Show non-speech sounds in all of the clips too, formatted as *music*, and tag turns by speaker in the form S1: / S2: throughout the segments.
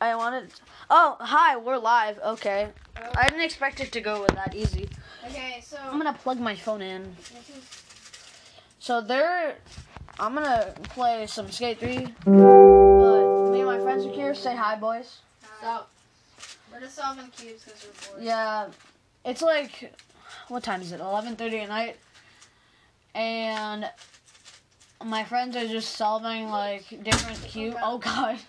S1: I wanted. Oh, hi, we're live. Okay. I didn't expect it to go with that easy.
S2: Okay, so
S1: I'm gonna plug my phone in.
S2: this is
S1: So there, I'm gonna play some Skate 3. But me and my friends are here. Say hi, boys.
S2: so we're just solving cubes because we're bored.
S1: Yeah, it's like, what time is it? 11.30 at night. And my friends are just solving like different cubes. Oh god.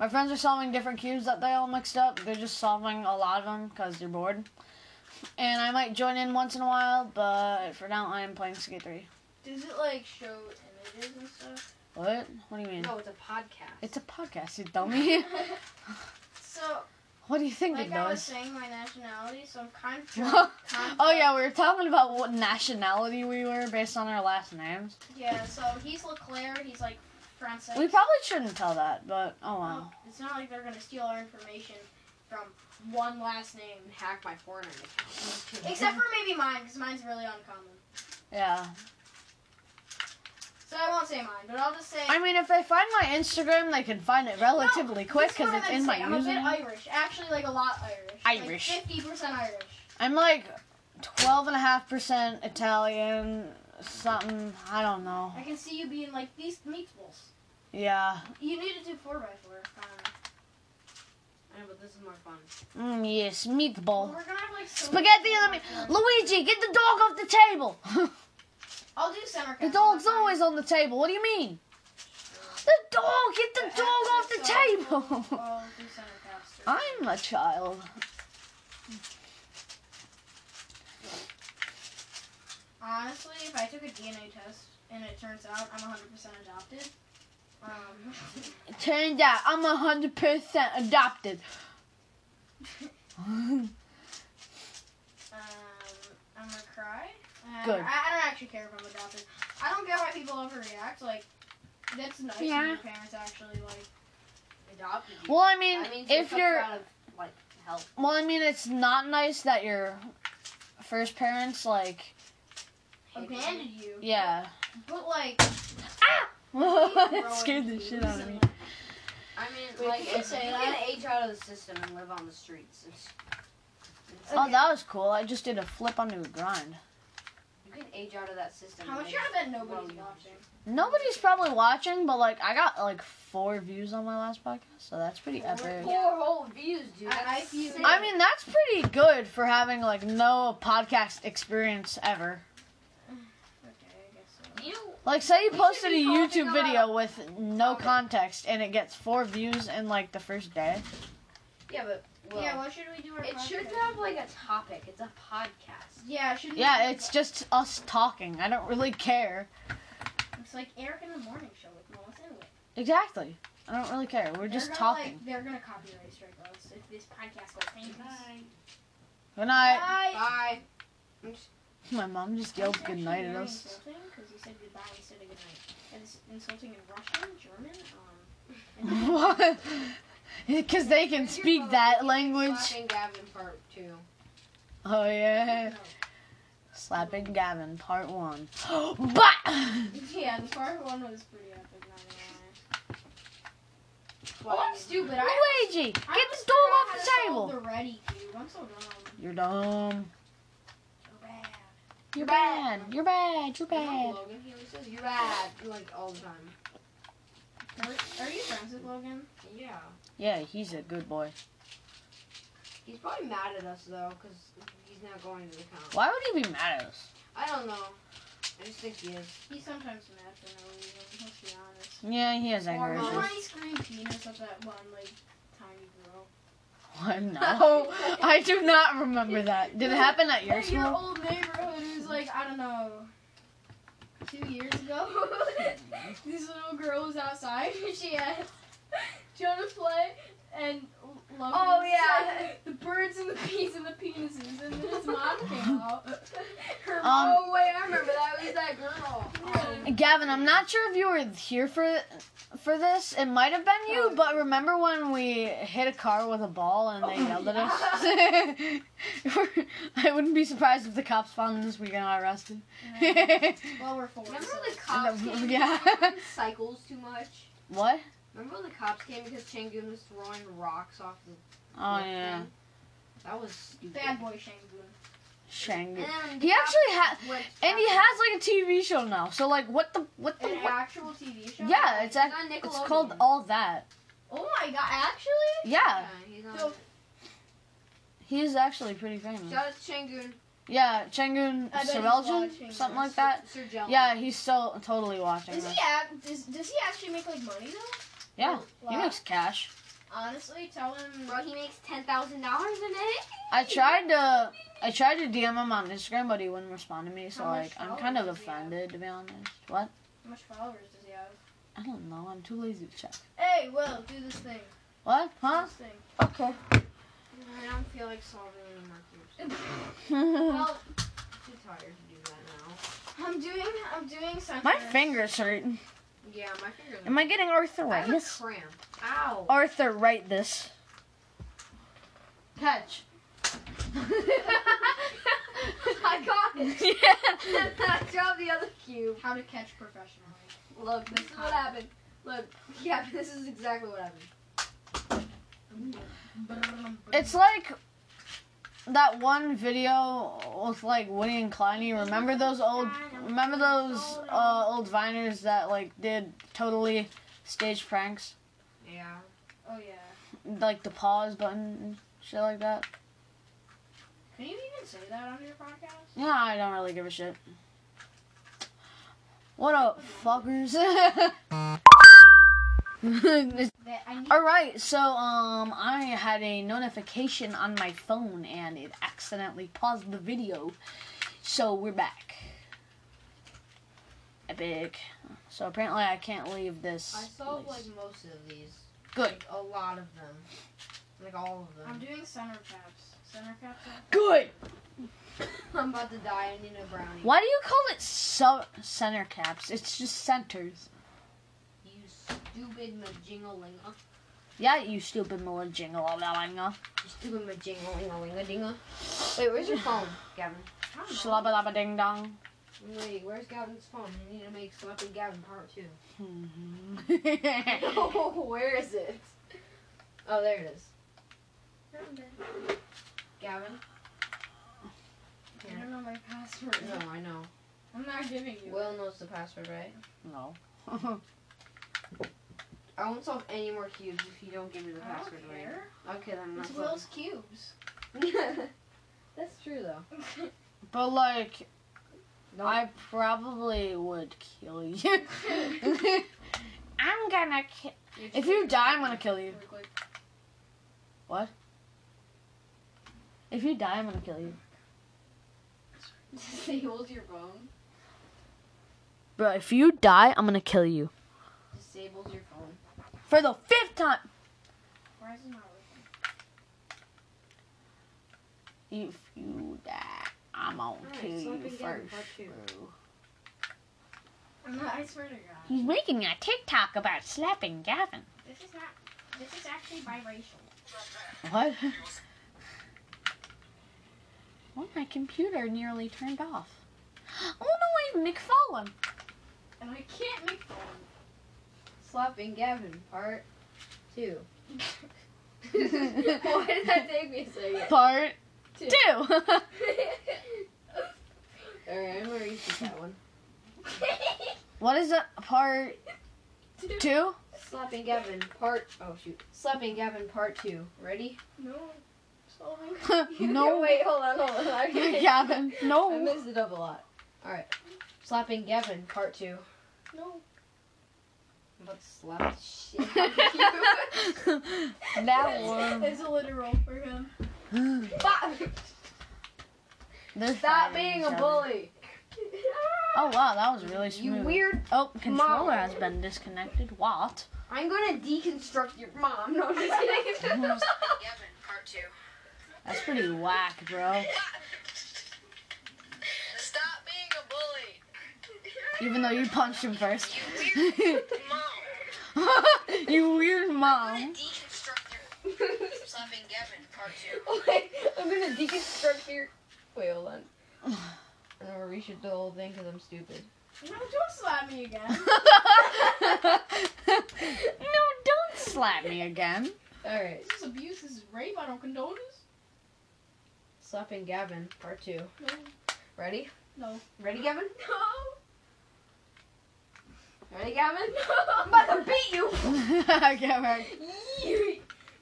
S1: My friends are solving different cubes that they all mixed up. They're just solving a lot of them because they're bored. And I might join in once in a while, but for now I am playing Skate 3.
S2: *laughs* Does it like show images and stuff?
S1: What? What do you mean?
S2: No, it's a
S1: *laughs*
S2: podcast.
S1: It's a podcast, you dummy.
S2: *laughs*
S1: *laughs*
S2: so
S1: what do you think
S2: like
S1: it
S2: I was
S1: does?
S2: saying, my nationality. So I'm kind
S1: *laughs*
S2: of
S1: oh
S2: kind of-
S1: yeah, we were talking about what nationality we were based on our last names.
S2: Yeah. So he's Leclerc. He's like Francis.
S1: We probably shouldn't tell that, but oh well.
S2: It's not like they're gonna steal our information from one last name and hack my foreigner account. Except for maybe mine, because mine's really uncommon.
S1: Yeah.
S2: So I won't say mine, but I'll just say.
S1: I mean, if they find my Instagram, they can find it relatively quick 'cause
S2: This
S1: quick
S2: is what
S1: because
S2: I
S1: it's in my
S2: meant to say. I'm a
S1: username.
S2: bit Irish. Actually, like a lot Irish.
S1: Irish.
S2: Fifty percent Irish.
S1: I'm like 12.5% Italian, something, I don't know.
S2: I can see you being like these meatballs.
S1: Yeah.
S2: You need to do four by four. Um, I know, but this is more fun.
S1: Mm, yes,
S2: Well,
S1: meatball.
S2: we're gonna have like so many
S1: Spaghetti
S2: four
S1: and
S2: by
S1: the
S2: fours.
S1: meat. Luigi, get the dog off the table! *laughs*
S2: I'll do center.
S1: the
S2: count.
S1: dog's
S2: That's fine.
S1: always on the table. What do you mean? The dog! Get the dog off the table! *laughs*
S2: I'll do center caster.
S1: I'm a child.
S2: Honestly, if I took a DNA test and it turns out I'm 100% adopted, um, *laughs*
S1: It turned out I'm 100% adopted. *laughs*
S2: um, I'm gonna cry. Uh,
S1: Good.
S2: I, I don't actually care if I'm adopted. I don't get why people overreact. Like, that's nice
S1: Yeah.
S2: of your parents actually like adopted you.
S1: Well, I mean,
S2: That means
S1: if
S2: you're
S1: you're.
S2: out of like help.
S1: Well, I mean, it's not nice that your first parents, like.
S2: Abandoned you.
S1: Yeah.
S2: But like,
S1: *laughs* it scared the shit out of me.
S3: I mean,
S2: Wait,
S3: like,
S2: did you
S3: it's,
S2: say
S3: you
S2: that?
S3: can age out of the system and live on the streets. It's,
S1: Oh, that was cool. I just did a flip onto a grind.
S3: you can age out of that system.
S2: How
S3: and
S2: much
S3: live-
S2: sure that nobody's
S3: Well,
S2: watching?
S1: Nobody's probably watching, but like, I got like four views on my last podcast, so that's pretty epic.
S3: Four whole views, dude.
S2: I- I
S3: That's
S2: feel-
S3: sick.
S1: I mean, that's pretty good for having like no podcast experience ever.
S2: Okay, I guess so.
S3: you
S1: Like, say you
S3: We should
S1: posted a
S3: be
S1: YouTube
S3: talking
S1: video with no
S3: Okay.
S1: context and it gets four views in like the first day.
S3: yeah, but well,
S2: yeah, what should we do? Our
S3: it should
S2: podcast?
S3: have like a topic. It's a podcast.
S2: Yeah, it should.
S1: Yeah, it's just us talking. I don't really care.
S2: It's like Eric in the morning show with Melissa and Wick.
S1: Exactly. I don't really care. We're
S2: They're
S1: just
S2: gonna,
S1: talking.
S2: Like, they're gonna copyright strike us if this podcast goes famous.
S1: good night.
S3: Bye.
S1: My mom just
S2: That's
S1: yelled good
S2: actually
S1: night at
S2: very
S1: us.
S2: insulting, 'cause you said goodbye instead of good night. And It's insulting in Russian, German,
S1: *laughs*
S2: um. and-
S1: Because they can speak that language.
S3: Gavin part two.
S1: Oh *laughs* yeah. Slapping Gavin, part one. *gasps* but
S2: yeah, the part one was pretty epic. Not gonna lie.
S3: Well,
S2: I'm stupid. I almost-
S1: Luigi, get
S2: I
S1: the
S2: almost
S1: dog
S2: forgot
S1: off
S2: how to
S1: the
S2: solve
S1: table.
S2: The ready cube. I'm so dumb.
S1: You're dumb.
S2: So bad.
S1: You're bad. You're bad. You're
S3: You know
S1: bad.
S3: Logan, he always says you're bad like all the time.
S2: Are, are you friends with Logan?
S3: Yeah.
S1: Yeah, he's a good boy.
S3: He's probably mad at us though, cause he's not going to the count.
S1: Why would he be mad at us?
S3: I don't know. I just think he is.
S2: He's sometimes mad for no reason. Let's be honest.
S1: Yeah, he has anger issues.
S3: Hormones.
S2: Remember when he screamed penis at that one like tiny girl?
S1: *laughs*
S2: *laughs*
S1: What? No, I do not remember that. Did it happen at your
S2: Like, your
S1: school?
S2: old neighborhood is like I don't know, two years ago. *laughs* this little girl was outside. *laughs* She had Jonah play and Logan
S3: Oh, yeah.
S2: said the birds and the peas and the penises, and then his mom *laughs* came out. Her
S1: Um,
S2: *laughs*
S3: oh wait, I remember that. It was that girl.
S2: mom.
S1: Gavin, I'm not sure if you were here for for this. It might have been
S2: Oh.
S1: you, but remember when we hit a car with a ball and they
S2: Oh,
S1: yelled at us? *laughs* I wouldn't be surprised if the cops found this weekend I
S2: *laughs*
S1: arrested.
S2: well, we're four. *laughs*
S3: Remember
S2: so-
S3: the cops
S1: Yeah. *laughs*
S3: came in cycles too much?
S1: what?
S3: Remember when the cops came because Changoon was throwing rocks off the.
S1: Oh
S3: cliff
S1: yeah,
S3: thing? That was stupid.
S2: Bad boy Shangoon.
S1: Shangoon.
S3: And
S1: He actually had,
S3: went
S1: and he
S3: after-
S1: has like a TV show now. So like, what the what the
S2: An
S1: what?
S2: actual TV show?
S1: Yeah, it's act-
S3: on
S1: it's called
S3: Nickelodeon.
S1: All That.
S2: Oh my god, actually?
S1: Yeah,
S3: he's on.
S2: So-
S1: he is actually pretty famous.
S3: Shout out to Changoon.
S1: Yeah, Changoon
S2: I bet he's
S1: Seveljan,
S2: watching
S1: something like
S2: this.
S1: that.
S3: Sir Jell.
S1: Yeah, he's still totally watching.
S2: Does
S1: that.
S2: he act? Does, does he actually make like money though?
S1: Yeah,
S2: Wow.
S1: he makes cash.
S2: Honestly, tell him.
S3: Bro, he makes ten thousand dollars in it.
S1: I tried to I tried to DM him on Instagram, but he wouldn't respond to me. So
S2: How much
S1: like, I'm kind of
S2: followers does he have?
S1: offended to be honest. What?
S2: How much followers does he have?
S1: I don't know. I'm too lazy to check.
S2: Hey, Will, do this thing.
S1: What?
S2: Do
S1: Huh?
S2: this thing.
S1: *laughs* Okay.
S3: I don't feel like solving any more cubes.
S1: My
S2: Well,
S3: I'm too tired to do that now.
S2: Oh, I'm doing. I'm doing something.
S1: fingers hurt.
S3: Yeah, my fingers.
S1: Am I getting
S3: I have a
S1: arthritis?
S3: cramp. Ow.
S1: Arthur, write *laughs*
S2: *laughs*
S1: this.
S3: *laughs* Catch. *laughs* I got it. *laughs* I dropped the other cube.
S2: How to catch professionally.
S3: Look, this is what happened. Look, yeah, *laughs* this is exactly what happened.
S1: It's like that one video with like Woody and Cliney. Remember those old? Remember those uh, old Viners that like did totally stage pranks,
S3: Yeah.
S2: Oh yeah.
S1: like the pause button, and shit like that.
S2: Can you even say that on your podcast?
S1: Yeah, I don't really give a shit. What up, fuckers? *laughs*
S2: That I need.
S1: All right, so um, I had a notification on my phone and it accidentally paused the video, so we're back. Epic. So apparently, I can't leave this.
S3: I solved like
S1: place.
S3: most of these.
S1: Good.
S3: Like, a lot of them. Like all of
S2: I'm
S3: them.
S2: doing center caps. Center caps. are-
S1: Good.
S3: I'm about to die. I need a brownie.
S1: Why do you call it so center caps? It's just centers.
S3: You stupid majingalinga.
S1: Yeah, you stupid little jingle all that I know.
S3: You stupid majingalingalinga dinga. Wait, where's your *laughs* phone, Gavin?
S2: I don't know.
S1: Slubba lubba ding dong. *laughs*
S3: Wait, where's Gavin's phone? I need to make Celebrity Gavin part *laughs* two.
S1: Mhm.
S3: where is it? Oh, there it is. Gavin?
S2: I don't know my password.
S3: No, I know.
S2: I'm not giving you.
S3: Will knows the password, right?
S1: no. *laughs*
S3: I won't solve any more cubes if you don't give me the
S2: I
S3: password
S2: don't
S3: right.
S2: care.
S3: Okay, then I'm
S2: It's
S3: not
S2: Will's cubes. *laughs*
S3: *laughs* solving. That's true though.
S1: But like,
S3: No,
S1: I probably would kill you. I'm gonna kill. If you die, I'm gonna
S3: *laughs*
S1: kill you. If you die, I'm gonna kill you.
S3: Say hold your phone.
S1: Bro, if you die, I'm gonna kill you.
S3: Disables your phone.
S1: For the fifth time!
S2: Why is it not working?
S1: If you die, I'm gonna
S3: Alright,
S1: kill
S3: so I
S1: you
S3: can get it,
S1: first.
S3: part two.
S1: bro.
S2: I'm not, I swear to God.
S1: He's making a TikTok about slapping Gavin.
S2: This is not. This is actually biracial.
S1: What? *laughs* well, my computer nearly turned off. *gasps* Oh no, I have McFarlane.
S2: And I can't make fun.
S3: Slapping Gavin, part two. *laughs* Why did that take me a *laughs* second?
S1: Part *laughs* two.
S3: Alright, I'm gonna repeat that one.
S1: what is that? Part two? *laughs*
S3: Slapping Gavin, part oh shoot. Slapping Gavin part two. Ready?
S2: *laughs*
S3: *laughs*
S2: no. Solving.
S1: no. *laughs*
S3: Wait, hold on, hold on. Okay.
S1: Gavin, no.
S3: I messed it up a lot. Alright. Slapping Gavin, part two.
S2: No.
S3: I'm about to slap the shit
S1: *laughs*
S3: out of you.
S1: that
S3: *laughs*
S1: Mm, one.
S2: It's literal for him. *laughs*
S1: They're
S3: Stop
S1: fighting
S3: being
S1: each
S3: a
S1: other.
S3: bully.
S1: Oh wow, that was really
S3: You
S1: smooth.
S3: weird.
S1: Oh, controller
S3: Mom.
S1: has been disconnected. What?
S3: I'm gonna deconstruct your mom. No, I'm
S2: *laughs*
S3: just kidding. *laughs*
S1: That's
S3: Gavin, part two.
S1: pretty whack, bro.
S3: Stop being a bully.
S1: Even though you punched him first. *laughs* you weird mom.
S3: Wait, I'm gonna deconstruct your. Wait, hold *sighs* on. I'm gonna reshoot the whole thing because I'm stupid.
S2: No, don't slap me again.
S1: *laughs* no, slap me again.
S3: Alright.
S2: Is this abuse? This is rape? I don't condone this.
S3: Slapping Gavin, part two.
S2: No.
S3: Ready?
S2: No.
S3: Ready, Gavin?
S2: No.
S3: Ready, Gavin? I'm
S2: *laughs* No.
S3: about to beat you!
S1: *laughs* okay, right.
S3: Yeet.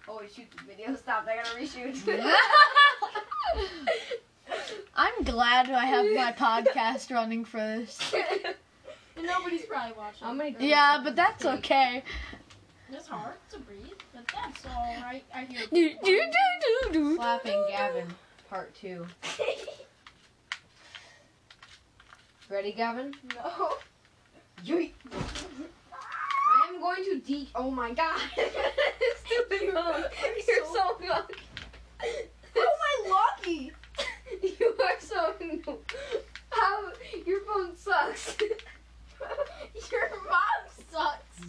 S3: Oh shoot, the video stopped. I gotta *laughs* reshoot.
S1: I'm glad I have my podcast running for this.
S2: And nobody's probably watching.
S3: I'm gonna get-
S1: Yeah, but that's okay.
S2: It's hard to breathe, but that's all right. I hear.
S1: Do, do, do, do, do,
S3: Slapping
S1: do, do.
S3: Gavin, part two. Ready, Gavin?
S2: no.
S3: Yeet. I am going to de. Oh my god. *laughs* Stupid mom. *laughs* You're
S2: *laughs*
S3: so lucky.
S2: Oh
S3: *laughs*
S2: my lucky.
S3: You are so. How your phone sucks. *laughs*
S2: Your mom sucks.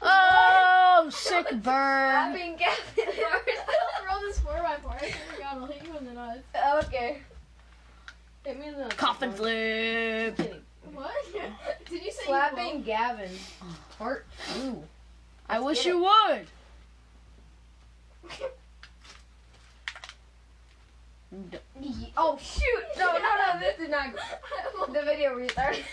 S1: Oh, sick burn.
S3: Slapping Gavin. *laughs*
S2: Roll this four by four. I swear to God, I'll hit you in the nuts. *laughs*
S3: okay. Hit me in the
S1: Coffin flip.
S3: Kidding.
S2: What? *laughs* Did you say You
S3: Slapping
S2: won't?
S3: Gavin. Part two.
S1: I
S3: Let's
S1: wish
S3: get
S1: you *laughs* would. D-
S3: Ye- Oh shoot! No, no, no! This did not.
S2: *laughs*
S3: *laughs*
S2: I *laughs*
S3: The video *laughs* restarted.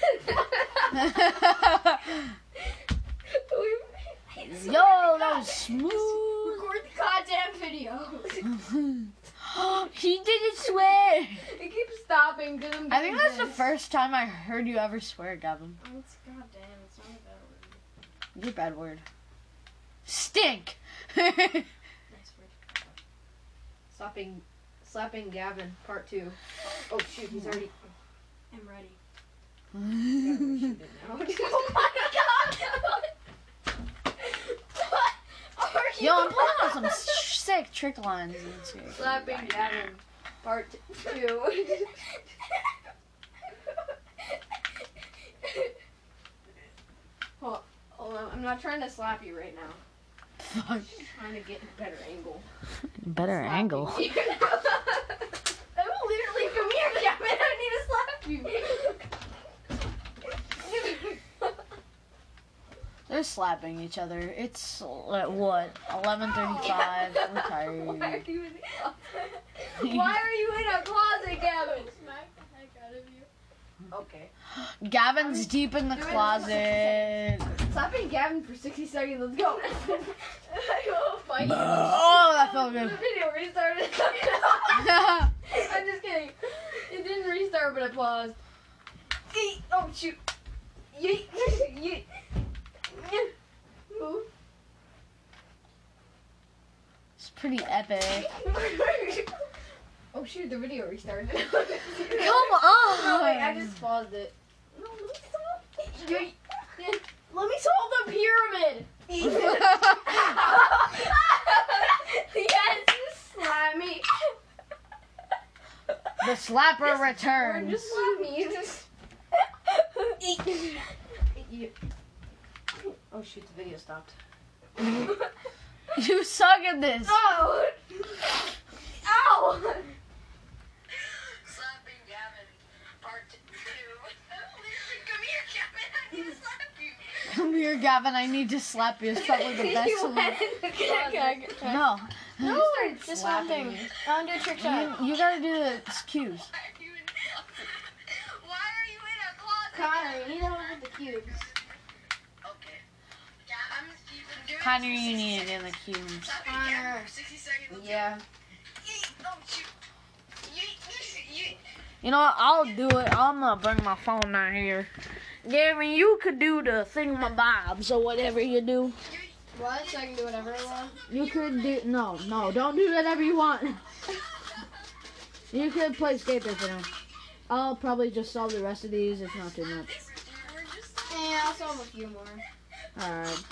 S1: Yo, that was
S2: will
S1: smooth. *gasps*
S2: record the goddamn video.
S1: he didn't swear.
S3: it keeps stopping. Cause I'm
S1: I think that's the
S3: getting
S1: first time I heard you ever swear, Gavin.
S2: Oh, it's goddamn. It's not a bad word.
S1: Good bad word. Stink. *laughs*
S2: Nice word.
S3: slapping, slapping Gavin part two. Oh shoot! He's already.
S2: I'm ready.
S3: Yeah, we should do it *laughs* now.
S2: Oh my god! what are you?
S1: Yo, I'm playing on some sick trick lines. Let's see.
S3: slapping Gavin part two. Hold *laughs* hold on, I'm not trying to slap you right now.
S1: Fuck.
S3: I'm trying to get a better angle.
S1: Better
S3: Slapping
S1: angle.
S3: *laughs* you. I will literally come here, Gavin. I need to *laughs* slap you.
S1: They're slapping each other. It's uh, what *laughs* 11:35. We're
S3: *laughs* Why are
S1: tired.
S3: you in, Why are you in
S1: *laughs*
S3: a closet, Gavin?
S2: Smack the heck out of you.
S3: Okay.
S1: Gavin's deep in the closet.
S3: Slapping Gavin for 60 seconds. Let's
S1: *laughs*
S3: go.
S2: I will fight
S1: Oh, that felt
S3: the
S1: good. *laughs*
S3: video restarted. *laughs* I'm just kidding. It didn't restart, but it paused. Yeet. Oh, shoot. Yeet. *laughs* Yeet. Move.
S1: It's pretty epic.
S3: oh, shoot. The video restarted.
S1: Come
S3: *laughs* No, wait, I
S1: *laughs* on.
S3: just paused it.
S2: No, let me stop.
S3: Yeet. Let me solve the pyramid. yes, slap me.
S1: The slapper
S3: Or
S1: returns.
S3: just slap me. You just- You- Oh shoot, the video stopped.
S1: You suck at this.
S3: Oh! Ow! Slapping Gavin, part
S4: *laughs*
S3: two. Come here, Gavin. I need to
S1: Come here, Gavin. I need to slap
S3: slap you.
S4: *laughs*
S1: you. It's probably the best one. No,
S3: No,
S2: Just one thing. I'll do a trick shot.
S1: you, you gotta do the cues.
S4: *laughs* Why are
S2: Connor,
S4: you in a closet?
S2: you need to hold the cubes.
S4: Okay. Yeah, I'm you've been doing
S1: Connor,
S4: this for
S1: you
S4: 60
S1: need it
S4: seconds.
S1: in the cues.
S4: Stop it again.
S2: Connor.
S4: 60 seconds.
S3: Yeah.
S4: Yeet. Oh, shoot. Yeet. Yeet.
S1: You know what? I'll do it. I'm gonna bring my phone down here. Gavin, you could do the thingamabobs or whatever you do.
S2: What? So I can do whatever I want.
S1: You could do no, no, don't do whatever you want. You could play skate if you know. I'll probably just solve the rest of these if not too much.
S4: We're just
S2: Yeah, I'll solve a few more.
S1: Alright.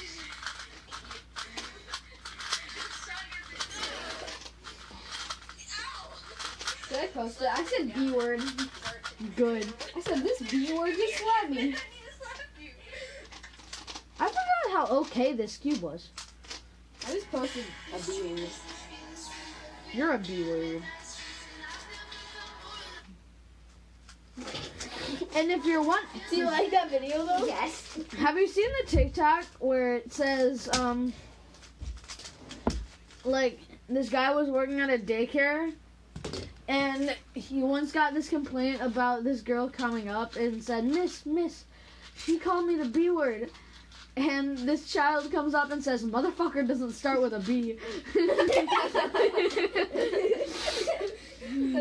S3: Did I post it? I said B word.
S1: Good.
S3: I said this B word just slapped me.
S1: I forgot how okay this cube was.
S3: I just posted a B word.
S1: You're a B word. And if you're one
S2: Do you like that video though?
S3: Yes.
S1: Have you seen the TikTok where it says, um, like this guy was working at a daycare and he once got this complaint about this girl coming up and said, Miss, Miss, she called me the B word. And this child comes up and says, Motherfucker doesn't start with a *laughs* B.
S3: I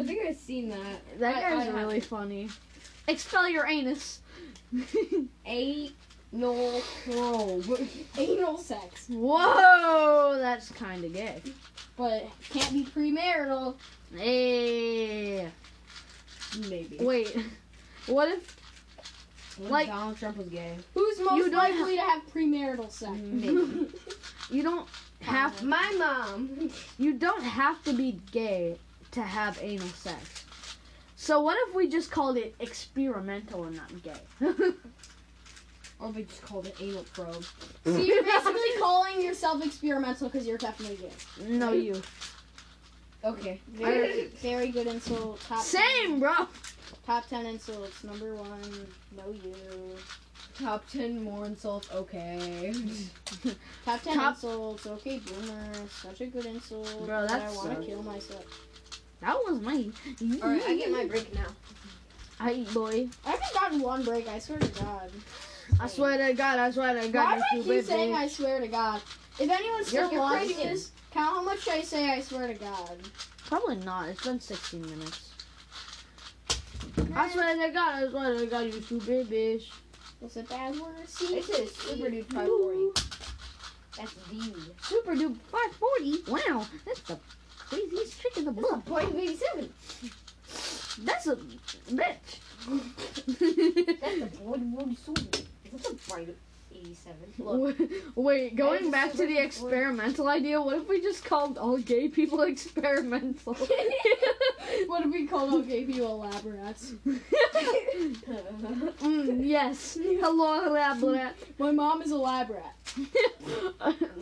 S3: think I've seen that.
S1: that
S3: I-
S1: guy's
S3: I have-
S1: really funny. Expel your
S3: *laughs*
S1: anus.
S3: Anal probe. *laughs* Anal sex.
S1: Whoa, that's kind of gay.
S3: But can't be premarital.
S1: Hey,
S3: Maybe.
S1: wait. What if
S3: What if
S1: like-
S3: Donald Trump was gay. Who's most
S1: You don't
S3: likely to have premarital sex? *laughs*
S1: Maybe. you don't have
S3: My mom.
S1: you don't have to be gay to have anal sex. So what if we just called it experimental and not gay? *laughs*
S3: Or they just called it anal probe. So you're basically calling yourself experimental because you're definitely gay.
S1: no, you.
S3: Okay. Very, very good insult. Top
S1: Same, bro.
S3: Top 10 insults. Number one, no you. Top 10 more insults, okay. Top 10
S1: Top-
S3: insults, okay, boomer. Such a good insult.
S1: Bro,
S3: that
S1: that
S3: I want
S1: sucks.
S3: to kill myself.
S1: That was mine.
S3: Alright, I get my break now.
S1: I eat boy.
S3: I haven't gotten one break, I swear to God.
S1: I swear to God. I swear to
S3: Why
S1: God.
S3: do I
S1: you
S3: keep
S1: stupid
S3: saying
S1: bitch.
S3: I swear to God? If anyone's
S1: You're
S3: still watching
S1: crazy.
S3: this, count how much I say I swear to God.
S1: Probably not. It's been 16 minutes. I swear to God. I swear to God. You stupid bitch.
S3: It's a bad word. See?
S2: This is super dude
S1: Ooh.
S2: 540. That's the
S1: Super dude 540. Wow, that's the craziest trick in the book.
S2: point eighty seven.
S1: That's a *laughs* bitch.
S2: That's the point one seven. That's a point eighty seven. Look,
S1: W- Wait, going
S2: just
S1: back to
S2: said
S1: the
S2: that before.
S1: experimental idea, what if we just called all gay people *laughs* experimental?
S3: *laughs* What if we called all gay people lab rats?
S1: *laughs* Mm, yes. Hello, lab rat.
S3: My mom is a lab rat.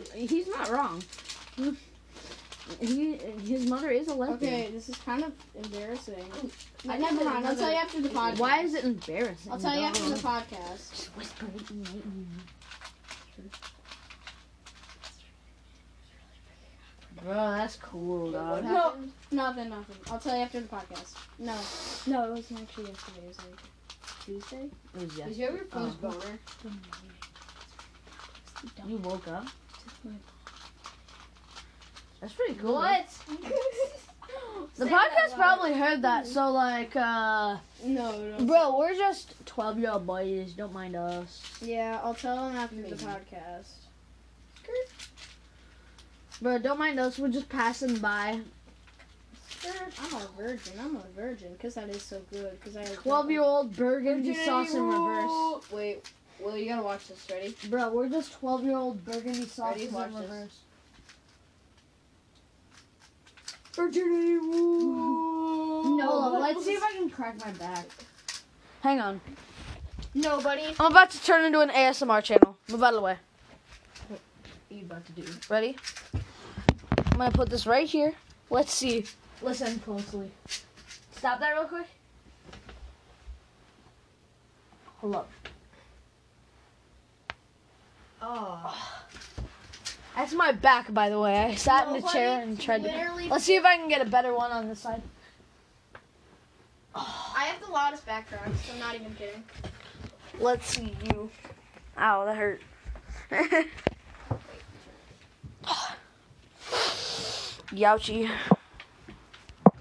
S1: *laughs* He's not wrong. He, his mother is a lesbian.
S3: Okay, this is kind of embarrassing.
S2: I
S3: I
S2: just did
S3: never mind. I'll
S2: another-
S3: tell you after the podcast.
S1: Why is it embarrassing?
S3: I'll tell you after the
S1: dog?
S3: podcast.
S1: Just whisper it in my ear. Bro, that's cool, dog.
S2: what
S3: No.
S2: happened?
S3: Nothing, nothing. I'll tell you after the podcast. No, no, it wasn't actually yesterday. It was like Tuesday.
S1: It was
S2: Did
S1: yes-
S2: you ever post
S3: Uh-huh.
S1: Oh.
S2: boner?
S1: You woke up? That's pretty cool. The
S2: Say
S1: podcast
S2: that loud.
S1: probably heard that, so like, uh,
S3: No, no.
S1: bro, we're just 12 year old boys, don't mind us.
S3: Yeah, I'll tell him after the
S2: Maybe.
S3: podcast.
S1: Bro, don't mind us, we're just passing by.
S3: I'm a virgin. I'm a virgin because that is so good. Because I
S1: 12 year old burgundy
S2: Virginity
S1: sauce in reverse.
S2: rule. Wait, Will, you gotta watch this. Ready?
S1: Bro, we're just 12 year old burgundy sauce
S2: Ready?
S1: in
S2: Watch this.
S1: reverse.
S2: Virginity rule.
S1: No, let's see if
S2: I can crack my back.
S1: Hang on.
S2: Nobody.
S1: I'm about to turn into an ASMR channel. Move out of the way.
S2: You about to do?
S1: Ready? I'm gonna put this right here. Let's see.
S2: Listen closely.
S1: Stop that real quick. Hold up.
S2: Oh.
S1: That's my back, by the way. I sat in a
S2: Nobody
S1: chair and tried to.
S2: Literally,
S1: Let's see if I can get a better one on this side.
S2: I have the loudest background. So I'm not even kidding.
S1: Let's see you. Ow, that hurt. *laughs* Youchy.
S2: I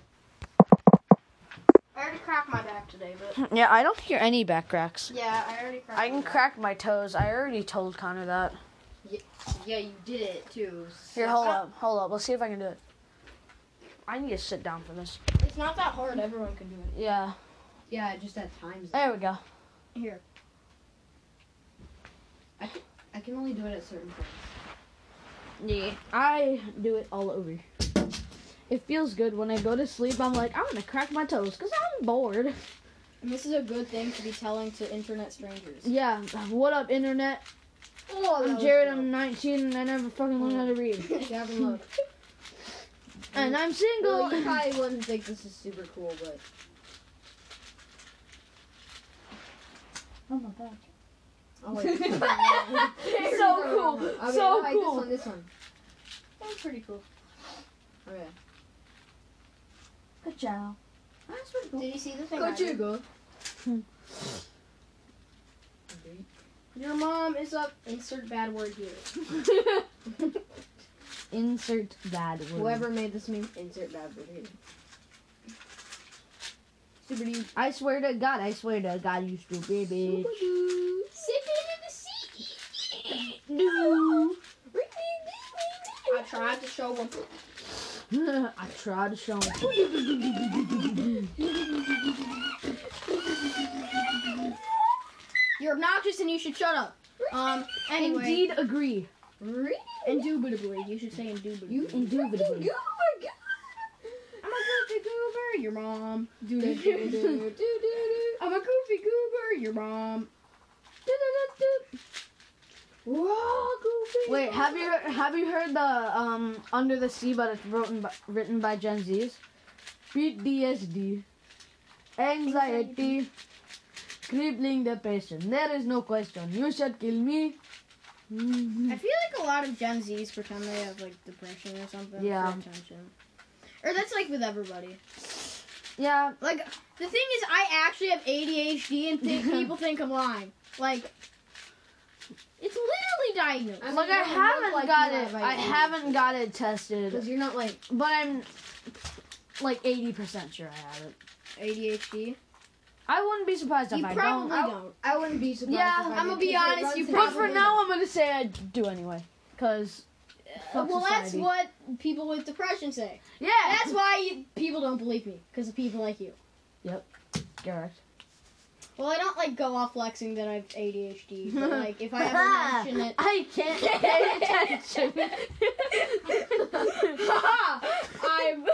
S2: already cracked my back today, but
S1: Yeah, I don't hear any back cracks.
S2: yeah, I already cracked.
S1: I
S2: my
S1: can
S2: back.
S1: crack my toes. I already told Connor that.
S2: Yeah, you did it too.
S1: Here, hold up, hold up. Let's see if I can do it. I need to sit down for this.
S2: It's not that hard. Everyone can do it.
S1: Yeah,
S2: Yeah, just at times.
S1: there we go.
S2: I can only do it at certain points.
S1: Yeah. I do it all over. It feels good when I go to sleep. I'm like, I'm gonna crack my toes because I'm bored.
S3: And this is a good thing to be telling to
S1: *laughs*
S3: internet strangers.
S1: Yeah. What up, internet?
S2: Oh,
S1: I'm Jared. I'm 19 and I never fucking learned how to read.
S2: *laughs* Gavin, look.
S1: *laughs* And I'm
S2: Well,
S1: single.
S2: you
S1: *laughs*
S2: probably wouldn't think this is super cool, but
S1: Oh my god.
S2: oh wait.
S1: *laughs* so cool.
S2: I mean,
S1: So
S2: *laughs* I like
S1: cool.
S2: This one, this one.
S3: That's pretty cool. Okay. Good job. That's pretty cool.
S2: Did you see the thing? I
S3: Go
S2: did?
S3: Chico. Hmm.
S2: Your mom is up. Insert bad word here.
S1: *laughs* Insert bad word.
S3: Whoever made this meme, insert bad word here. Super dude.
S1: I swear to God, I swear to God, you stupid bitch.
S2: Sip it in the sea.
S1: No.
S2: I tried to show him.
S1: I tried to show him.
S3: You're obnoxious and you should shut up. Um, anyway.
S1: Indeed, agree.
S2: Indubitably. You should say indubitably.
S1: You indubitably.
S3: Oh
S2: I'm a goofy goober. Your mom.
S3: Do do do do do do do.
S2: *laughs* I'm a goofy goober. Your mom.
S3: Raw goofy.
S1: Wait, have you have you heard the um Under the Sea, but it's written by, written by Gen Zs? PTSD, anxiety, crippling depression. There is no question. You should kill me.
S2: I feel like a lot of Gen Zs pretend they have like depression or something.
S1: Yeah.
S2: For attention. Or that's like with everybody.
S1: Yeah,
S2: Like the thing is, I actually have ADHD, and
S1: *laughs*
S2: think people think I'm lying. Like it's literally diagnosed.
S3: I mean,
S1: like I
S3: you don't
S1: haven't
S3: look like
S1: got
S3: you
S1: it.
S3: have
S1: I
S3: IDs.
S1: haven't got it tested,
S3: Because you're not like
S1: but I'm like eighty percent sure I have it.
S2: ADHD.
S1: I wouldn't be surprised if
S2: You
S1: I
S2: probably
S1: don't.
S2: don't.
S1: I-
S3: I wouldn't be surprised.
S1: Yeah,
S3: if I
S1: I'm
S2: gonna
S3: did.
S2: be
S3: If it
S2: honest,
S3: runs
S2: you
S3: in
S1: but
S2: probably
S1: for
S3: the-
S1: now, I'm gonna say I do anyway, cause. fuck
S2: well, that's
S1: society.
S2: what people with depression say.
S1: Yeah. *laughs*
S2: That's why you, people don't believe me because of people like you.
S1: Correct.
S2: Well, I don't like go off flexing that I
S1: *laughs*
S2: have ADHD, but like if I ever mention it,
S1: I can't pay
S3: *laughs*
S1: attention. *laughs* *laughs*
S2: I'm.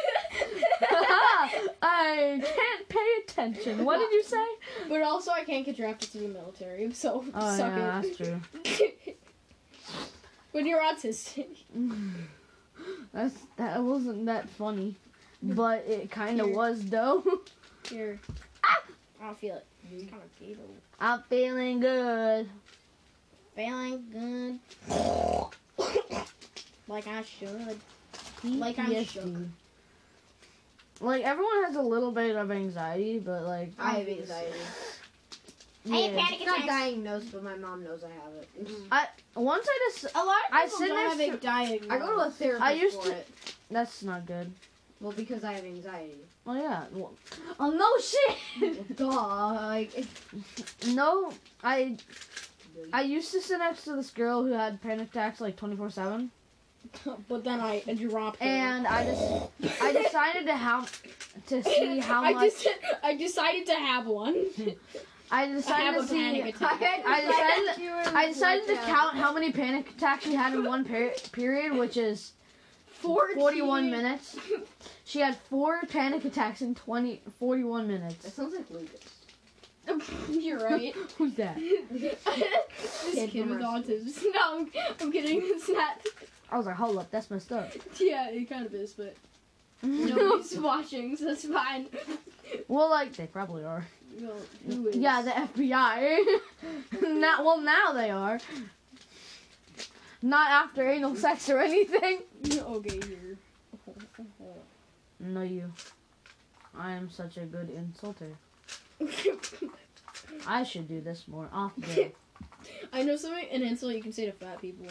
S1: I can't pay attention. What did you
S3: *laughs*
S1: say?
S2: but also, I can't get drafted to the military, so *laughs*
S1: Oh,
S2: suck it.
S1: that's true.
S2: *laughs* when you're autistic,
S1: That's that wasn't that funny, but it kind of
S2: Mm. Here.
S1: was though. *laughs*
S2: you're. I don't feel it. It's
S1: Mm-hmm.
S2: kind of gay though.
S1: I'm feeling good.
S2: Feeling good.
S1: *laughs*
S2: like I should. Like I'm
S1: PTSD. Like everyone has a little bit of anxiety, but like
S3: I have anxiety.
S1: yeah.
S3: It's not diagnosed, but my mom knows I have it.
S1: Mm-hmm. Once I just
S2: A lot
S1: I
S2: of people
S1: sit
S2: don't
S1: next
S2: have it diagnosed.
S3: I go to a therapist
S1: I used
S3: for
S1: to-
S3: it.
S1: that's not good.
S3: Well, because I
S1: *laughs*
S3: have anxiety.
S1: Well, yeah. Well, oh no shit.
S3: Duh. *laughs* Like,
S1: No, I I used to sit next to this girl who had panic attacks like 24/7
S2: but then I dropped. her.
S1: and I just
S2: *laughs*
S1: I decided to how to see how
S2: I
S1: much
S2: just I decided to have one.
S1: I
S2: I have
S1: decided
S2: a
S1: to see
S2: panic attack.
S1: I decided I decided to count how many panic attacks she had in one per- period, which is 41 minutes. She had four panic attacks in 20 41
S3: That
S1: minutes.
S3: sounds like Lucas.
S2: *laughs* You're right.
S1: Who's that?
S2: this kid,
S3: Kid from
S2: with
S3: Russia.
S2: autism. *laughs* No, I'm, I'm kidding. It's not.
S1: I was like, hold up, that's messed up.
S2: Yeah, it kind of is, but
S1: *laughs*
S2: nobody's watching, so it's fine.
S1: well, like they probably are.
S2: Well, who is?
S1: Yeah, the FBI. Not well *laughs* now they are. Not after anal sex or anything.
S2: okay, here.
S1: No, you. I am such a good
S2: *laughs*
S1: insulter. I should do this more
S2: *laughs*
S1: often.
S2: I know something an insult you can say to fat people.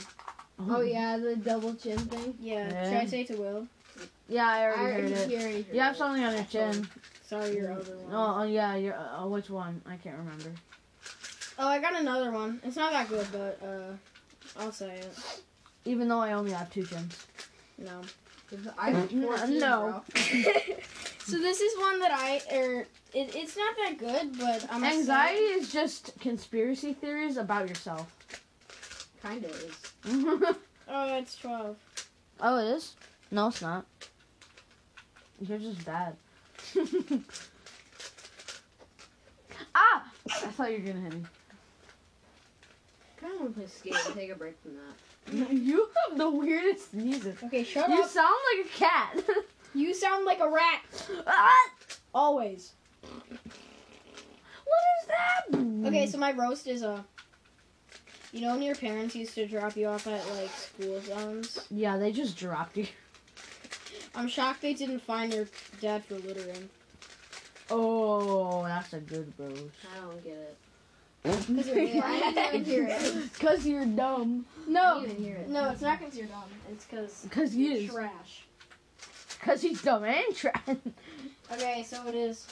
S3: Oh yeah, the double chin thing.
S2: Yeah.
S1: Yeah.
S2: Should I say it to Will?
S1: Yeah, I already
S3: I
S1: heard it.
S3: already heard
S1: You have
S3: it.
S1: something on your chin.
S2: Sorry, Oh, your other one.
S1: Oh, oh yeah. Your uh, uh, which one? I can't remember.
S2: Oh, I got another one. It's not that good, but uh, I'll say it.
S1: Even though I only have two chins. *laughs*
S2: No.
S3: I have
S1: N-
S3: 14,
S1: no.
S3: bro.
S2: So this is one that I er, it, it's not that good, but I'm gonna
S1: Anxiety
S2: say-
S1: is just conspiracy theories about yourself. *laughs*
S3: Kinda is.
S1: oh,
S2: Oh, it's twelve.
S1: it is? No, it's not. You're just bad. *laughs* ah! I thought you were gonna hit me.
S3: Kinda wanna play skate and take a break from that.
S1: *laughs* You have the weirdest sneezes.
S2: Okay, shut
S1: You
S2: up.
S1: sound like a cat. *laughs*
S2: You sound like a rat.
S1: ah!
S2: Always.
S1: What is that?
S2: Okay, so my roast is a. You know when your parents used to drop you off at like school zones?
S1: Yeah, they just dropped you.
S2: I'm shocked they didn't find your dad for littering.
S1: *laughs* Oh, that's a good bro.
S3: I don't get it.
S2: Because you're I didn't even hear it.
S1: *laughs* Cause you're dumb.
S3: I
S2: No,
S3: didn't even hear it.
S2: no, it's not because you're dumb.
S3: It's because
S1: Cause he is.
S3: trash.
S1: Cause he's dumb and
S3: *laughs*
S1: trash.
S2: Okay, so it
S1: *laughs*
S2: is.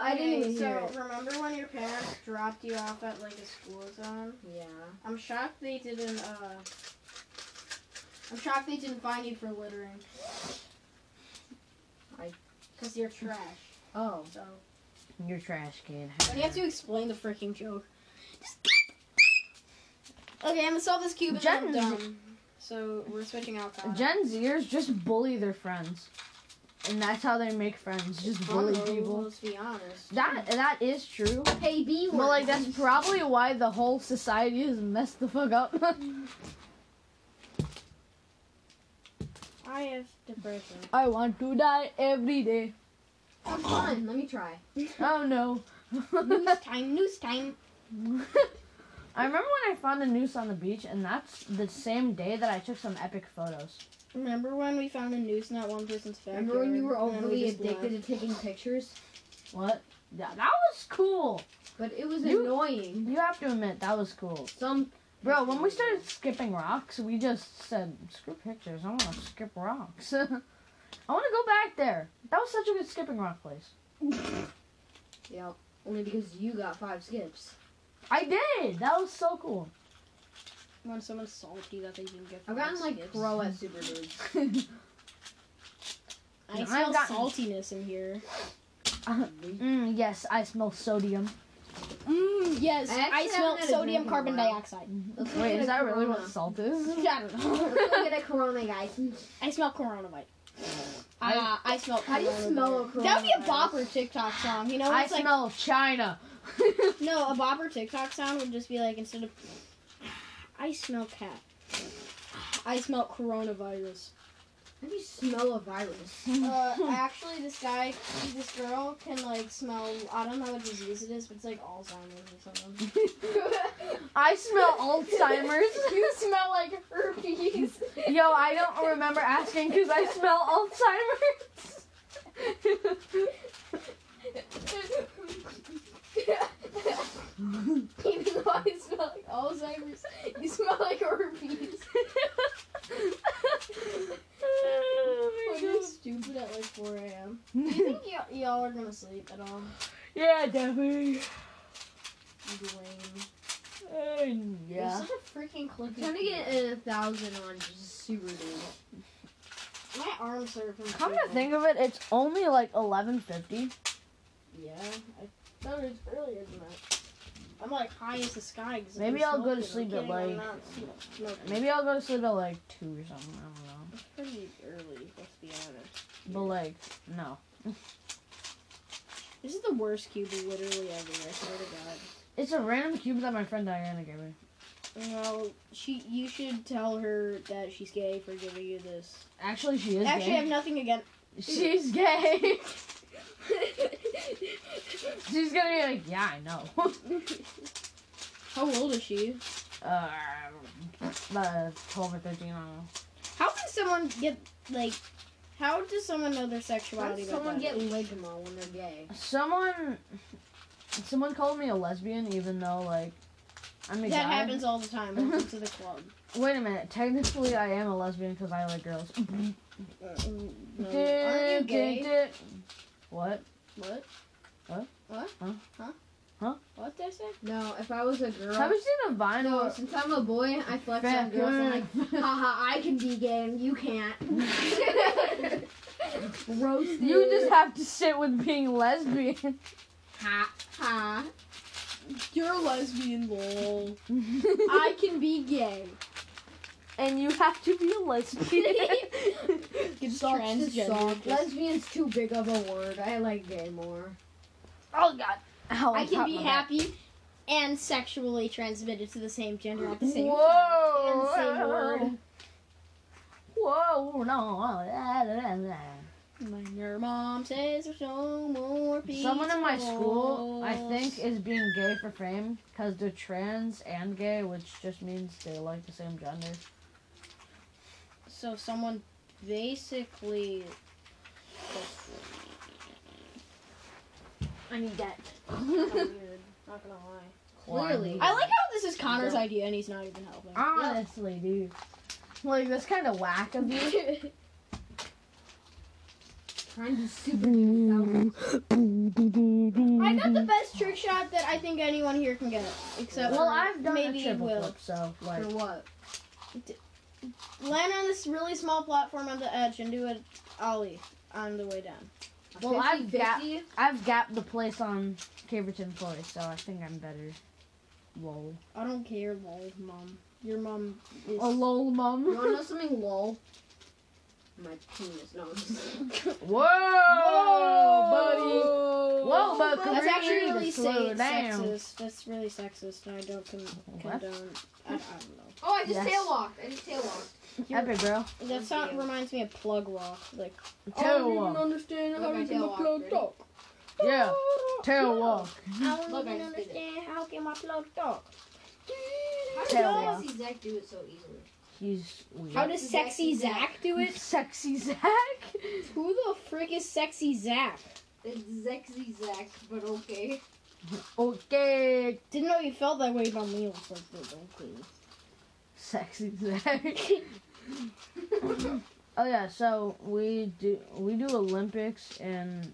S3: I didn't even
S2: so
S3: hear it.
S2: remember when your parents dropped you off at like a school zone?
S3: Yeah.
S2: I'm shocked they didn't. uh... I'm shocked they didn't find you for littering.
S3: I-
S2: Because you're trash.
S3: Oh.
S2: So
S1: You're trash, kid.
S2: but you have to explain the freaking joke. okay, I'm gonna solve this cube. And then I'm
S1: Jen's-
S2: done. So we're switching out.
S1: Gen Zers just bully their friends, and that's how they make friends. Just bully people.
S2: Let's be honest.
S1: That that is true.
S3: Hey, B
S1: But like that's probably why the whole society is messed the fuck up. *laughs*
S2: I have depression.
S1: I want to die every day.
S3: Have fun. *laughs* Let me try.
S1: Oh no.
S2: news time. News time.
S1: *laughs* I remember when I found a noose on the beach, and that's the same day that I took some epic photos.
S2: Remember when we found a noose in that one person's backyard?
S3: Remember when you were
S2: and then we
S3: overly
S2: just left?
S3: addicted to taking pictures?
S1: What? Yeah, that was cool.
S3: But it was
S1: You-
S3: annoying.
S1: You have to admit that was cool.
S3: Some
S1: Bro, when we started skipping rocks, we just said, screw pictures, I want to skip rocks. *laughs* I want to go back there. That was such a good skipping rock place.
S3: Yep. Only because you got five skips.
S1: I did! That was so cool.
S2: When someone's salty that they didn't get.
S3: I've gotten like pro at Super Dudes.
S2: I
S1: I've
S2: smell
S1: gotten-
S2: saltiness in here.
S1: Mm, yes, I smell sodium.
S2: Mmm, yes.
S3: I
S2: I,
S3: actually
S2: smell
S3: haven't had a drink
S2: sodium
S3: in a
S2: carbon
S3: while.
S2: dioxide.
S3: Let's go
S1: Wait,
S3: get
S1: is
S3: a
S1: that really what
S3: Corona.
S1: salt is?
S2: I don't know.
S3: Let's go get a Corona, guys.
S2: *laughs* I smell coronavite.
S1: I-
S2: Ah, I smell.
S3: How do you smell a
S2: coronavirus. That would be a
S3: coronavirus?
S2: bopper TikTok song. You know,
S1: I
S2: it's like
S1: smell China.
S2: no, a bopper TikTok sound would just be like instead of I smell cat.
S1: *laughs*
S2: I smell coronavirus.
S3: *laughs* How do you smell a virus?
S2: uh, actually, this guy, this girl can like smell. I don't know what disease it is, but it's like Alzheimer's or
S1: *laughs*
S2: something.
S1: I smell
S3: *laughs*
S1: Alzheimer's.
S2: you smell like herpes.
S1: Yo, I don't remember asking because I smell *laughs*
S3: *laughs*
S1: Alzheimer's.
S2: Even though I smell like Alzheimer's, you smell like herpes.
S1: Oh
S2: When
S1: my
S2: *laughs* you're
S1: God.
S2: stupid at like 4 a.m. Do you think y- y'all are gonna sleep at all?
S1: *laughs* yeah, definitely.
S2: Dwayne.
S1: Uh,
S2: You're
S1: yeah.
S2: such a freaking clicky.
S3: I'm trying to get a thousand on just Super Dudes.
S2: My arms hurt from.
S1: Come to
S2: sleeping.
S1: think of it, it's only like eleven fifty.
S2: Yeah, I thought it was earlier than that. I'm like high as the sky. 'cause I've
S1: Maybe
S2: been
S1: I'll go to
S2: smoking.
S1: sleep at,
S2: I'm kidding,
S1: like-
S2: I'm not sleep- smoking.
S1: Maybe I'll go to sleep at like two or something. I don't know.
S2: It's pretty early. Let's be honest.
S1: But like, no.
S2: This is the worst cube literally ever. I swear to God.
S1: It's a random cube that my friend Diana gave me.
S2: No, she. You should tell her that she's gay for giving you this.
S1: Actually, she is
S2: Actually, I have
S1: gay.
S2: nothing against.
S1: *laughs* She's gay. *laughs* She's gonna be like, yeah, I know. *laughs*
S2: How old is she?
S1: uh, uh, twelve or thirteen. I don't know.
S2: How can someone get like? How does someone know their
S3: How
S2: sexuality?
S3: does
S2: like
S3: someone
S2: that?
S3: get ligma when they're gay?
S1: Someone, someone called me a lesbian, even though like, I'm a
S2: that
S1: guy.
S2: happens all the time. Welcome to the club.
S1: Wait a minute. Technically, I am a lesbian because I like girls.
S2: No, aren't Mm, you gay?
S1: What?
S2: What?
S1: What?
S2: What?
S1: Huh?
S2: Huh?
S1: Huh?
S2: What did I say?
S3: No, if I was a girl.
S1: Have you seen a vine?
S3: No,
S1: where-
S3: since I'm a boy, I flex on
S1: Fat
S3: girls. I'm
S1: girl.
S3: like, haha, I can be gay and you can't.
S1: *laughs*
S3: Roasted.
S1: You just have to sit with being lesbian.
S2: *laughs*
S3: ha ha.
S2: You're a lesbian, lol.
S1: and
S2: I can be gay.
S1: you have to be a
S2: *laughs*
S1: lesbian.
S2: Get
S3: Sucks to suck.
S2: transgender. just-
S3: Lesbian's too big of a word. I like gay more.
S1: oh God. Ow,
S2: I can
S1: popped
S2: be
S1: my back.
S2: happy and sexually transmitted to the same gender at the same time.
S1: Whoa.
S2: And same word.
S1: Whoa, no.
S2: When your mom says there's no more people.
S1: Someone in my school, I think, is being gay for fame because they're trans and gay, which just means they like the same gender.
S2: So someone basically
S3: I need
S2: *laughs*
S3: that. Kinda *laughs* weird. Not gonna lie.
S1: Clearly.
S2: I like how this is Connor's idea and he's not even helping.
S1: Honestly, dude. Ah, Like, that's kind of whack of you.
S3: Trying to super do
S2: *laughs* I got
S1: *laughs*
S2: the best trick shot that I think anyone here can get, except
S1: well,
S2: for
S1: I've done
S2: maybe
S1: a triple
S2: Will.
S1: flip, so, like,
S2: what? Land on this really small platform on the edge and do an ollie on the way down.
S1: Well, I've got-
S3: 50.
S1: I've gapped the place on Caverton Floyd, so I think I'm better. Lol.
S2: I don't care, lol, mom. Your mom is.
S1: A *laughs* lol
S3: You
S1: mum.
S3: wanna know something lol? My penis. No. I'm
S1: *laughs*
S3: just-
S1: Whoa, buddy.
S2: Whoa,
S1: *laughs* Whoa, but could
S2: That's
S1: we
S2: actually
S1: need to
S2: really
S1: slow
S2: sa-
S1: down?
S2: sexist. That's really sexist. and I don't con-
S1: What?
S2: condone. I, I don't know.
S3: Oh, I just
S1: Yes.
S3: tail walked. I just tail walked.
S1: Epic, bro.
S2: That sound reminds me of plug rock. Like "Oh,
S1: Tail walk.
S2: understand
S3: how to do a plug talk.
S1: Yeah. Tail walk.
S2: I don't
S3: Look, I
S2: even
S3: just did it.
S2: understand how can my plug talk.
S3: How did
S1: Tail
S3: Joel
S1: walk.
S3: see Zach do it so easily?
S1: He's weird.
S2: How does sexy Zach do it?
S1: Sexy Zach.
S2: Who the frick is sexy Zach?
S3: It's Zexy Zach, but okay.
S1: *laughs* Okay.
S2: Didn't know you felt that way about me. It was like, dude, don't clean.
S1: Sexy Zach. *laughs* oh yeah, so we do we do Olympics and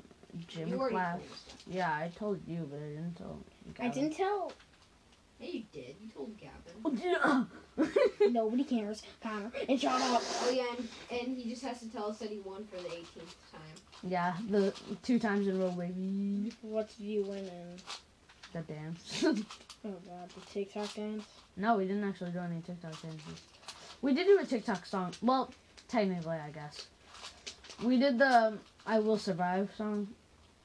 S1: gym
S3: you already
S1: class.
S3: told us that.
S1: Yeah, I told you, but I didn't tell.
S2: I didn't tell.
S3: Yeah, you did. You told Gavin.
S1: Gavin.
S2: Nobody cares. Connor and shut up.
S3: Oh yeah, and, and he just has to tell us that he won for the 18th
S1: *laughs*
S3: time.
S1: yeah, the two times in a row, baby.
S2: What's you winning?
S1: The dance. *laughs*
S2: Oh god, the TikTok dance.
S1: no, we didn't actually do any TikTok dances. We did do a TikTok song. Well, technically, I guess. We did the um, "I Will Survive" song,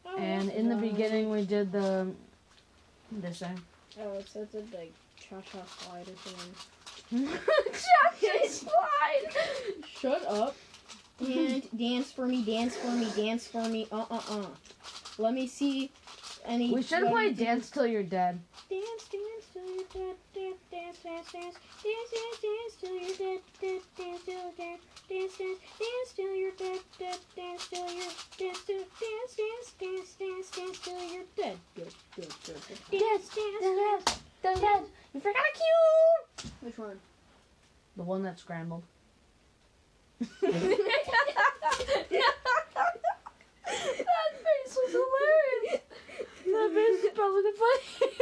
S2: Oh,
S1: and
S2: that's
S1: in the
S2: nice.
S1: beginning, we did the this thing.
S2: Oh, it's at the like cha cha slide or something. Shut up. And dance for me, dance for me, dance for me. Uh uh uh. Let me see any.
S1: we should have
S2: let me
S1: played
S2: do-
S1: "Dance Till You're Dead."
S2: Dance, dance till you're dead, dead, dance, dance, dance, dance, dance, dance till you're dead, dead, dance till you're dead, dance, dance, dance till you're dead, dead, dance till you're dead, dead, dance, dance, dance, dance, dance till you're dead, dead, dead, dead, dead, dance, dance, dance.
S1: You forgot a cue.
S2: Which one?
S1: The one that scrambled.
S3: that face was hilarious.
S1: That is probably the funny.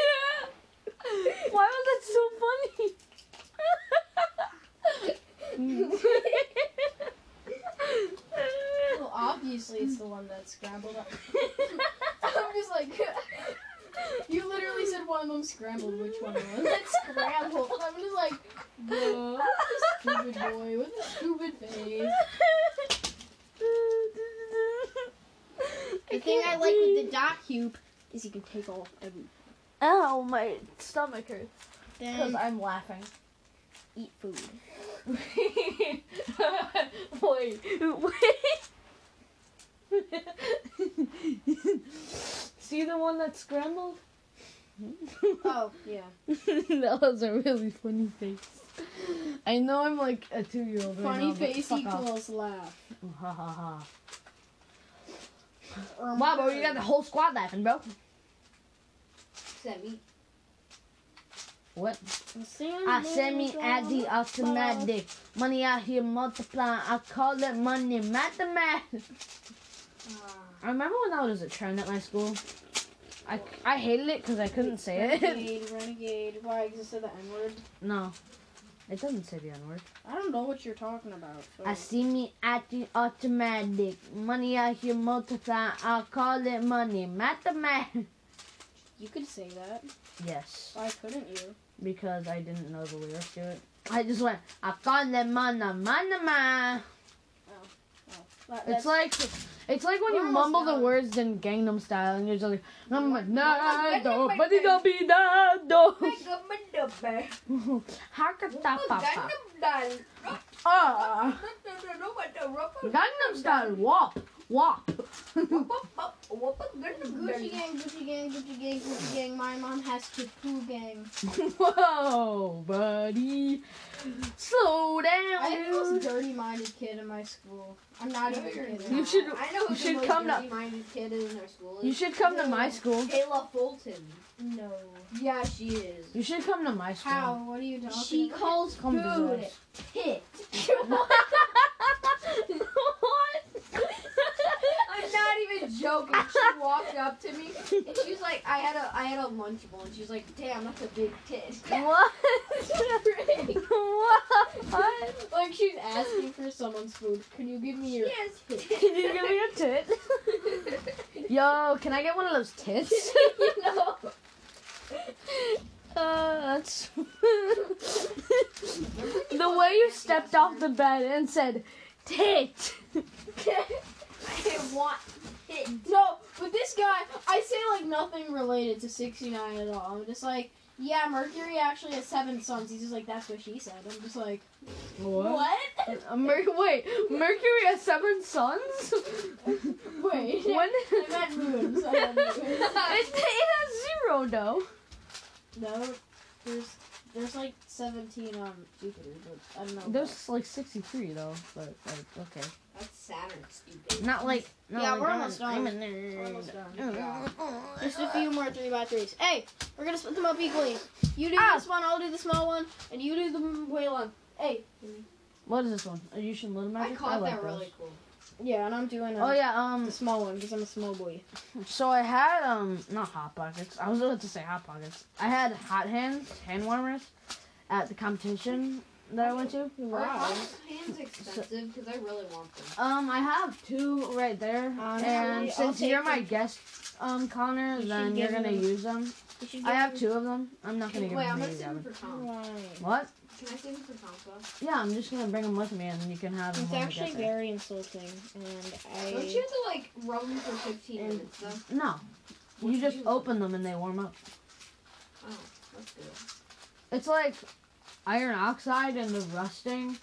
S1: Why was that so funny?
S2: Well, obviously it's the one that scrambled up. *laughs*
S3: I'm just like,
S2: You literally said one of them scrambled. Which one was it? Scrambled. I'm just like, whoa, stupid boy with a stupid face. The thing I like with the dot cube is you can take off every.
S1: Ow, Oh, my stomach hurts because
S2: Then
S1: I'm laughing.
S2: eat food.
S1: wait, wait. *laughs* See the one that scrambled? *laughs*
S2: Oh yeah.
S1: that was a really funny face. I know I'm like a two year old.
S2: Funny
S1: right now, but
S2: face
S1: fuck *laughs* off.
S2: equals laugh.
S1: Ha ha ha.
S2: Or
S1: Wow, bro, you got the whole squad laughing, bro.
S3: send me.
S1: What?
S2: Send
S1: I send me
S2: little
S1: at the automatic. Money out here multiplying. I call it money mathematics. I remember when that was a trend at my school. I, I hated it because I couldn't say it. *laughs*
S2: *laughs* Renegade, renegade. Why? Because it said the N word.
S1: No. It doesn't say the N word.
S2: I don't know what you're talking about. so-
S1: I see me at the automatic. Money out here multiply. I call it money. Mathematics.
S2: You could say that.
S1: Yes.
S2: Why couldn't you?
S1: Because I didn't know the lyrics to it. I just went, I call it money, money, man.
S2: That-
S1: It's
S2: that's-
S1: like, it's like when
S2: We're
S1: you
S2: almost
S1: mumble the
S2: done.
S1: words in Gangnam Style and you're just like, I'm a
S3: Wait, wait, wait, wait.
S1: do Hakata papa. Ah, Gangnam Style, wop, wop.
S2: Gucci gang, Gucci gang, Gucci gang, Gucci gang. My mom has to poo gang.
S1: *laughs* Whoa, buddy. Slow
S2: I am the most
S1: down.
S2: dirty-minded kid in my school. I'm not even kidding.
S1: You should
S3: I know who
S1: you should
S3: the most
S1: come to-
S3: minded kid is in our school.
S1: you should come to my
S2: No.
S1: school.
S3: Kayla Fulton.
S2: No.
S3: Yeah, she is.
S1: You should come to my school.
S2: How? What are you talking?
S3: She
S2: about?
S3: calls
S1: Come to
S3: food
S1: us.
S3: pit. I'm not even joking.
S2: *laughs*
S3: She walked up to me and she was like, I had a I had a lunchable and she was like, damn, that's a big tit.
S1: *laughs* What? *laughs* what?
S2: *laughs* Like she's asking for someone's food. Can you give me your?
S3: Yes.
S2: *laughs*
S1: Can you give me a tit? *laughs* Yo, can I get one of those *laughs* tits?
S3: you know.
S1: Uh, that's the way you stepped
S2: *laughs*
S1: off the bed and said tit.
S3: I want it.
S2: No, but this guy, I say like nothing related to 69 at all. I'm just like, yeah, Mercury actually has seven sons. He's just like, that's what she said. I'm just like, what? *laughs*
S1: Uh, Mer- wait, Mercury has seven sons?
S2: Wait.
S1: *laughs* When?
S2: *laughs* I meant moons. I meant moons. *laughs*
S1: it, it has zero though.
S2: No, there's there's like 17 on Jupiter, but I don't know.
S1: There's like 63 though, but like okay,
S3: That's Saturn, stupid.
S1: not like not
S2: Yeah,
S1: like
S2: we're
S1: I'm-
S2: almost
S1: I'm a
S2: done.
S1: nerd.
S2: We're almost done.
S3: Yeah.
S2: Just a few more three by threes. Hey, we're gonna split them up equally. You do this one, I'll do the small one, and you do the m- way long. Hey,
S1: What is this one? Oh, you should little
S3: I
S1: magic.
S3: caught
S1: like
S3: that
S1: those.
S3: really cool.
S2: yeah, and I'm doing a,
S1: Oh yeah, um,
S2: the small one because I'm a small boy.
S1: So I had um not hot pockets. I was about to say hot pockets. I had hot hands, hand warmers, at the competition that I went to.
S3: Are
S2: Wow.
S3: hot hands expensive? Because I really want them.
S1: Um, I have two right there,
S2: Honestly,
S1: and
S2: I'll
S1: since
S2: take
S1: you're my
S2: them.
S1: guest, um, Connor,
S2: You should
S1: then you're
S2: give
S1: gonna
S2: them-
S1: use them.
S2: You should
S1: I
S2: get
S1: have
S2: them-
S1: two of them. I'm not gonna give
S3: Wait,
S1: them
S3: I'm
S1: to
S3: gonna
S1: you,
S3: save them
S1: Gavin.
S3: for
S2: Oh,
S3: Tom.
S2: Right.
S1: What?
S3: Can I save them for Tompa?
S1: Yeah, I'm just gonna bring them with me, and you can have them.
S2: It's
S1: when we
S2: actually
S1: get there.
S2: very insulting, and I.
S3: Don't you have to like rub them for 15
S2: And-
S3: minutes though?
S1: No,
S3: What
S1: you
S3: did
S1: just
S3: you-
S1: open them and they warm up.
S3: Oh, that's good.
S1: It's like iron oxide and the rusting.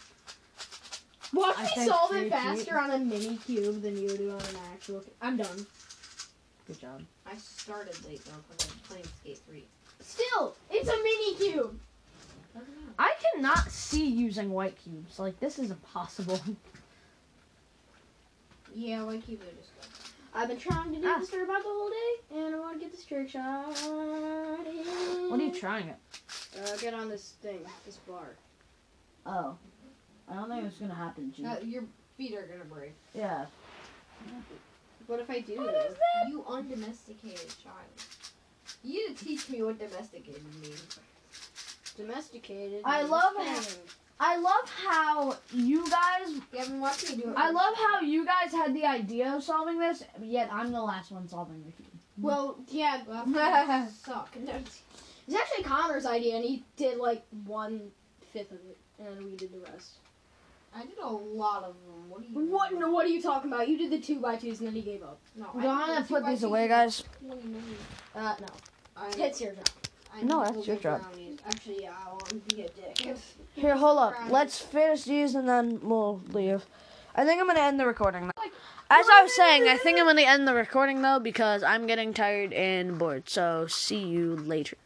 S2: Watch
S1: I
S2: me
S1: think
S2: solve
S1: three
S2: it faster
S1: cubes.
S2: on a mini cube than you do on an actual. cu- I'm done.
S1: Good job.
S3: I started late though because I was playing Skate 3.
S2: Still, it's a mini cube.
S1: I cannot see using white cubes. Like this is impossible. *laughs*
S3: Yeah, white cubes are just good.
S2: I've been trying to do
S1: Ah.
S2: this for about the whole day, and I want to get this trick shot. in.
S1: What are you trying at?
S2: Uh, get on this thing, this bar.
S1: Oh, I don't think it's gonna happen, G.
S3: Uh, your feet are gonna break.
S1: Yeah.
S2: What if I do
S1: What
S2: this?
S1: is that?
S3: You undomesticated child. You need to teach me what domesticated means.
S2: Domesticated.
S1: I
S2: this
S1: love
S2: thing.
S1: I love how you guys.
S3: You haven't watched me do it.
S1: I love how you guys had the idea of solving this, yet I'm the last one solving the cube.
S2: Well, yeah.
S3: *laughs* Well, suck. No,
S2: It's actually Connor's idea, and he did like one fifth of it, and we did the rest.
S3: I did a lot of them. What do you?
S2: What? No, what are you talking about? You did the two by twos, and then he gave up.
S3: No,
S1: I'm
S3: I
S1: gonna
S3: did
S1: put
S3: two
S1: these
S3: by
S1: away,
S3: two.
S1: guys.
S3: What do you mean?
S2: Uh, no.
S3: I-
S2: It's your job.
S3: I
S1: No,
S3: need
S1: that's
S3: to
S1: your
S3: get
S1: job.
S3: brownies. Actually, yeah, I want to be a dick.
S1: Here, hold up.
S3: Right.
S1: Let's finish these and then we'll leave. I think I'm gonna end the recording. As I was saying, I think I'm gonna end the recording though because I'm getting tired and bored. So see you later.